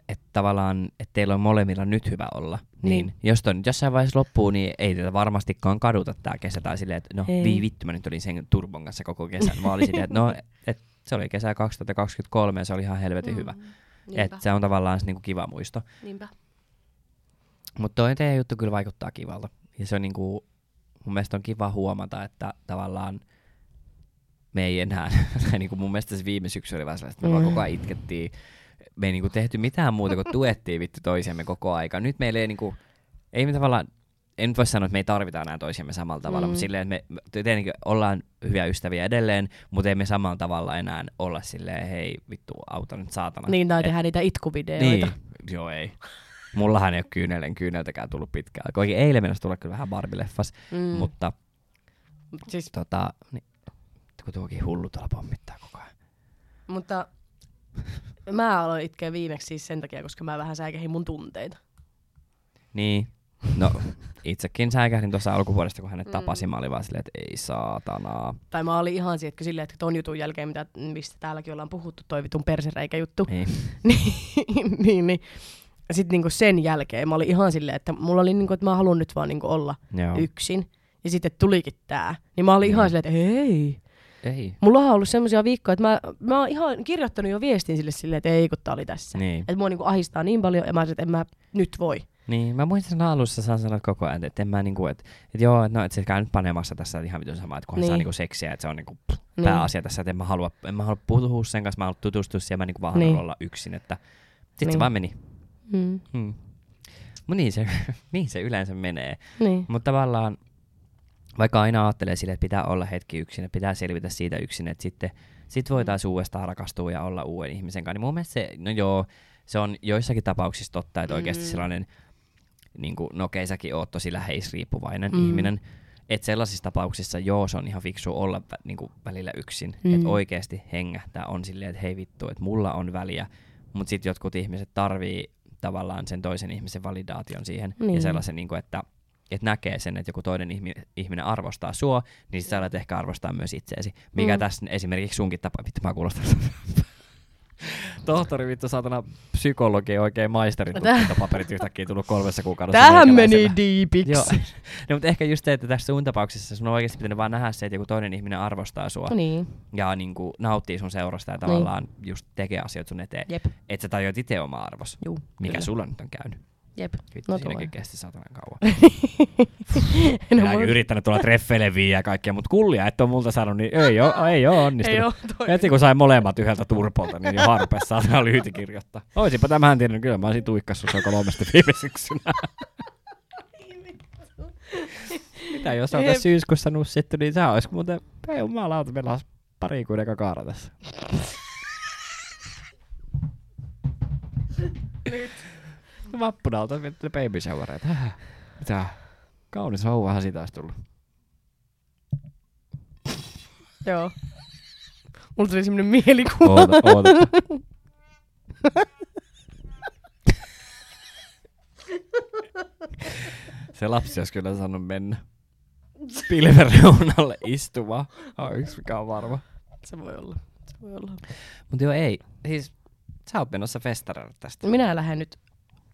et tavallaan, että teillä on molemmilla nyt hyvä olla. Niin, Niin. niin. jos toi nyt jossain vaiheessa loppuu, niin ei tätä varmastikaan kaduta tää kesä. Tai silleen, että no Ei. ei. vittu, mä nyt olin sen turbon kanssa koko kesän. Mä olin silleen, että no, et, se oli kesä 2023 ja se oli ihan helvetin mm. hyvä. Niinpä, Että se on tavallaan se niinku kiva muisto. niinpä. Mutta toi teidän juttu kyllä vaikuttaa kivalta. Ja se on niinku, mun mielestä on kiva huomata, että tavallaan me ei enää, tai niinku mun mielestä se viime syksy oli vaan sellaista, että me vaan Mm. koko ajan itkettiin. Me ei niinku tehty mitään muuta kuin tuettiin vittu toisiamme koko aika. Nyt meillä ei niinku, ei me tavallaan, en nyt voi sanoa, että me ei tarvita enää toisiamme samalla tavalla, Mm. mm. mutta silleen, että me tietenkin ollaan hyviä ystäviä edelleen, mutta ei me samalla tavalla enää olla silleen, hei vittu, auta nyt saatana. Niin, tai Et- tehdään niitä itkuvideoita. niin, joo ei. Mullahan ei ole kyynelen kyyneltäkään tullut pitkään. Koikin eilen mennessä tulla kyllä vähän Barbie-leffas, mm. Mm. mutta Siis, tota, niin, kun tuokin hullu tuolla pommittaa koko ajan. mutta mä aloin itkeä viimeksi siis sen takia, koska mä vähän säikähin mun tunteita. Niin, no itsekin säikähdin tuossa alkuvuodesta, kun hänet Mm. mm. tapasin, mä olin vaan silleen, että ei saatanaa. Tai mä olin ihan siitä, että silleen, että ton jutun jälkeen, mitä, mistä täälläkin ollaan puhuttu, toi vitun persereikä juttu, Niin. niin, niin, niin. Sitten niinku sen jälkeen mä olin ihan silleen, että mulla oli niinku, että mä haluan nyt vaan niinku olla Joo. no. yksin. Ja sitten tulikin tää. Niin mä olin ihan Niin. silleen, että ei. ei. Mulla on ollut semmoisia viikkoja, että mä, mä oon ihan kirjoittanut jo viestin sille silleen, että ei kun tää oli tässä. Niin. Että mua niinku ahistaa niin paljon, ja mä olin, että en mä nyt voi. Niin, mä muistan sen alussa, saan sanoa koko ajan, että en mä niinku, että et joo, et no, et se käy nyt panemassa tässä ihan vitun samaa, että kunhan niin. saa Niin. niinku seksiä, että se on niinku pff, Niin. pääasia tässä, että en mä halua, en mä halua puhua sen kanssa, mä haluan tutustua siihen, mä niinku vaan haluan Niin. niin. olla yksin, että sit niin. Niin. se vaan meni. Mm. Mm. Mut niin se, niin se yleensä menee. Niin. Mutta tavallaan, vaikka aina ajattelee sille, että pitää olla hetki yksin, että pitää selvitä siitä yksin, että sitten sit Mm. voi taas uudestaan rakastua ja olla uuden ihmisen kanssa, niin mun mielestä se, no joo, se on joissakin tapauksissa totta, että oikeasti Mm. sellainen, niin kuin, no okei, säkin oot tosi läheisriippuvainen Mm. mm. ihminen, että sellaisissa tapauksissa joo, se on ihan fiksu olla vä, niin kuin välillä yksin, Mm. mm. että oikeasti hengähtää on silleen, että hei vittu, että mulla on väliä, mutta sitten jotkut ihmiset tarvii tavallaan sen toisen ihmisen validaation siihen Niin. ja sellaisen, niin kuin, että että näkee sen, että joku toinen ihmi- ihminen arvostaa sua, niin sit sä alat ehkä arvostaa myös itseäsi. Mikä Mm. mm. tässä esimerkiksi sunkin tapa, vittu mä kuulostan. Tohtori vittu saatana psykologi oikein maisterin Tää- tutkintopaperit yhtäkkiä tullut kolmessa kuukaudessa. Tähän meni meikäläisellä. diipiksi. Joo. No, mutta ehkä just se, että tässä sun tapauksessa sun on oikeasti pitänyt vaan nähdä se, että joku toinen ihminen arvostaa sua Niin. ja niin kuin, nauttii sun seurasta ja Niin. tavallaan just tekee asioita sun eteen. Jep. Että sä tajuat itse oma arvos, Juu, mikä kyllä. sulla nyt on käynyt. Jep. Vittu, No no, tulee. siinäkin kesti saatana kauan. No, Minäkin mun- yrittänyt tulla treffeille viiä ja kaikkea, mutta kullia et ole multa saanut, niin ei ole, ei ole Ei onnistunut. oo toiminut. Heti kun sain molemmat yhdeltä turpolta, niin jo harpeessa saatana lyhyti kirjoittaa. Oisinpa tämähän tiennyt, kyllä mä olisin tuikkassut se kolmesta viime syksynä. Mitä jos on tässä syyskuussa nussittu, niin sä ois muuten, ei jumalauta, meillä on pari kuuden kakaara tässä. Nyt. Vappuna on vittu baby showereita. Hähä. Mitä? Kaunis vauvahan siitä olisi tullut. Joo. Mulla tuli semmonen mielikuva. Oota, oota. Se lapsi olisi kyllä saanut mennä. Pilvereunalle istumaan. On yksi mikä on varma. Se voi olla. Se voi olla. Mutta joo ei. Siis sä oot menossa festareille tästä. Minä lähden nyt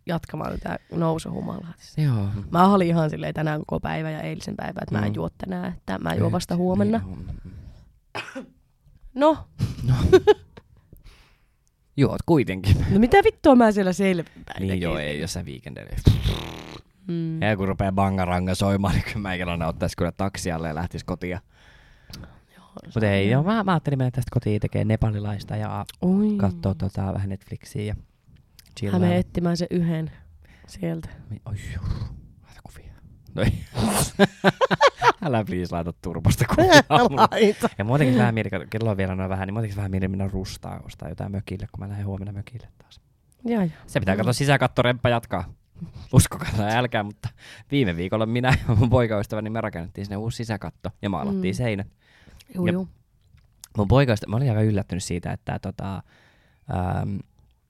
jatkamaan tätä nousuhumalaa. Joo. Mä olin ihan silleen tänään koko päivä ja eilisen päivän, että mä en Mm. Niin. juo tänään, että mä juon vasta huomenna. No, Joo, kuitenkin. no mitä vittua mä siellä selvinpäin Niin tekin? joo, ei jossain viikendeillä. Mm. Ja kun rupeaa bangaranga soimaan, niin kyllä mä ikinä ottaisi kyllä taksialle ja lähtisi kotiin. Mutta ei, joo, mä, mä ajattelin mennä tästä kotiin tekemään nepalilaista ja Oi. katsoa tota, vähän Netflixiä ja Häme chillailla. etsimään sen yhden sieltä. Mi- Oi, juu. laita kuvia. No ei. Älä please laita turpasta kuvia mulle. Laita. Ja muutenkin vähän mieli, kato, kello on vielä noin vähän, niin muutenkin vähän mieli mennä rustaa ostaa jotain mökille, kun mä lähden huomenna mökille taas. Ja, ja. Se pitää katsoa sisäkattoremppa jatkaa. Uskokaa tai älkää, mutta viime viikolla minä ja mun poikaystäväni me rakennettiin sinne uusi sisäkatto ja maalattiin Mm. mm. seinät. Juu, Jep. juu. mun poikaista, mä olin aika yllättynyt siitä, että tota, ähm,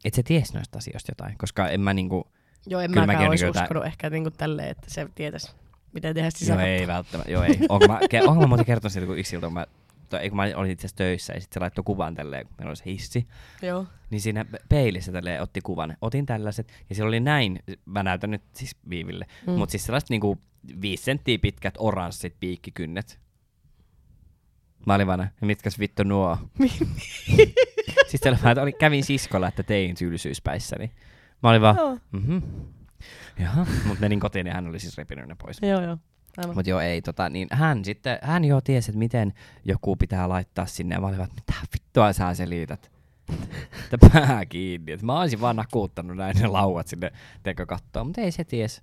et se ties noista asioista jotain, koska en mä niinku, Joo, en Kyllä mäkään mäkin olisi niinku jotain- uskonut ehkä niinku tälleen, että se tietäisi, mitä tehdä joo sisällä. ei välttämättä, joo ei, onko mä, ke, onko mä muuten kertonut siitä, kun yksi ilta, kun mä laittoi, ei kun mä olin itse asiassa töissä, ja sitten se laittoi kuvan tälleen, kun meillä oli se hissi. Joo. Niin siinä pe- peilissä tälleen otti kuvan. Otin tällaiset, ja siellä oli näin, mä näytän nyt siis viiville, mm. mutta siis sellaiset niinku viisi senttiä pitkät oranssit piikkikynnet. Mä olin vaan, nä- mitkäs vittu nuo? siis siellä mä olin, kävin siskolla, että tein syyllisyyspäissäni. Mä olin vaan, Joo. mhm. Jaha, mutta menin kotiin ja hän oli siis repinyt ne pois. Joo, joo. Aivan. Mutta joo, ei tota, niin hän sitten, hän jo tiesi, että miten joku pitää laittaa sinne, ja mä olin vaan, että mitä vittua sä selität? Että pää kiinni, että mä olisin vaan nakuuttanut näin ne lauat sinne tekokattoon, mutta ei se ties.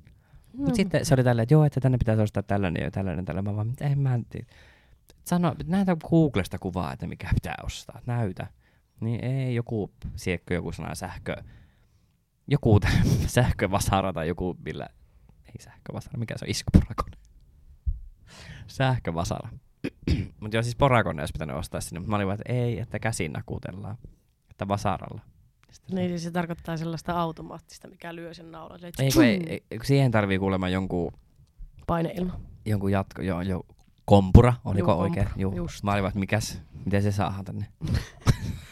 Mut No. sitten se oli tälleen, että joo, että tänne pitäisi ostaa tällainen ja tällainen, tällainen. Mä vaan, mitä en mä en tiedä. Sano, näytä Googlesta kuvaa, että mikä pitää ostaa. Näytä. Niin ei, joku siekkö, joku sana sähkö. Joku t- sähkövasara tai joku, millä... Ei sähkövasara, mikä se on? Iskuporakone. Sähkövasara. Mutta joo, siis porakone olisi pitänyt ostaa sinne. Mutta mä olin vaan, että ei, että käsin nakutellaan. Että vasaralla. Sitten Niin, siis se tarkoittaa sellaista automaattista, mikä lyö sen naulan. silleen, Ei, kun ei, ei, kun siihen tarvii kuulemma jonkun Paineilma. jonkun jatko, joo, joo, kompura, oliko Juu, oikein? kompura, Juu. just. Mä olin vaan, että mikäs, miten se saadaan tänne?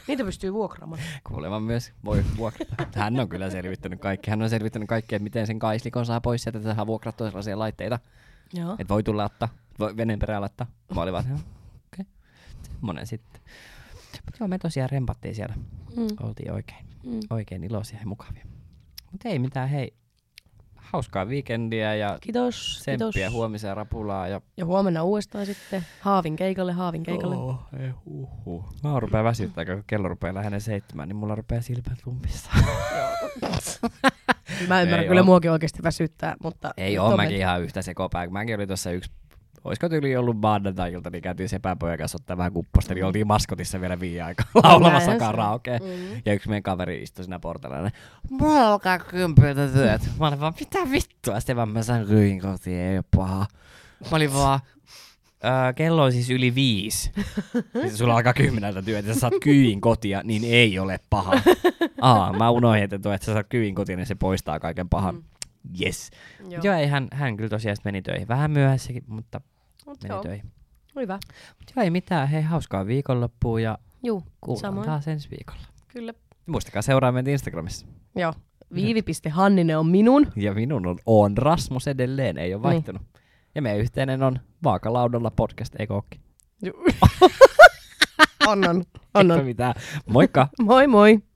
Niitä pystyy vuokraamaan. Kuulemma myös voi vuokrata. Hän on kyllä selvittänyt kaikki. Hän on selvittänyt kaikki, että miten sen kaislikon saa pois sieltä, että saa vuokrattua sellaisia laitteita. Ah. Joo. Että voi tulla ottaa, voi veneen perään laittaa. Mä olin vaan, että joo, okei. Okay. Semmonen sitten. Mutta joo, me tosiaan rempattiin siellä. Mm. Oltiin oikein, Mm. oikein iloisia ja mukavia. Mutta ei mitään, hei. Hauskaa viikendiä ja Kiitos, kiitos. tsemppiä huomiseen rapulaa ja Ja huomenna uudestaan sitten Haavin keikalle, Haavin keikalle. Joo, ei huhu. Mä rupeaa väsyttää, kun kello rupeaa lähelle seitsemään, niin mulla rupeaa silmät lumpissa. Mä ymmärrän, Ei kyllä oo. muakin oikeasti väsyttää, mutta... ei mutta oo on mäkin me- ihan yhtä sekopää, kun mäkin oli tuossa yksi Olisiko tyyli ollut maanantailta, niin käytiin sepäpojan kanssa ottaa vähän kupposta, niin oltiin maskotissa vielä viiden aikaa laulamassa Näinhän Mm. se on. karaokea. Mm. Ja yksi meidän kaveri istui siinä portailla, niin mulla alkaa kympiltä työt. Mä olin vaan, mitä vittua? Sitten vaan mä sain ryin kotiin, ei oo paha. Mä olin vaan, "Ö, kello on siis yli viisi. Sitten sulla alkaa kymmeneltä työt ja sä saat kyyin kotia, niin ei ole paha. Aa, mä unohdin, että tuo, että sä saat kyyin kotia, niin se poistaa kaiken pahan. Mm. Yes. Joo, Mm. Joo. joo ei, hän, hän kyllä tosiaan sit meni töihin. Vähän myöhässäkin, mutta Mut meni joo. töihin. Hyvä. Mutta joo, ei mitään. Hei, hauskaa viikonloppua ja Juu, kuullaan Samoin. taas ensi viikolla. kyllä. Muistakaa seuraa meitä Instagramissa. Joo. Viivi.hanninen on minun. Ja minun on, on Rasmus edelleen, ei ole Niin. vaihtunut. Ja meidän yhteinen on Vaakalaudalla podcast, eikö ookin? Juu. on, on, on, Ei on. mitään. Moikka! Moi moi.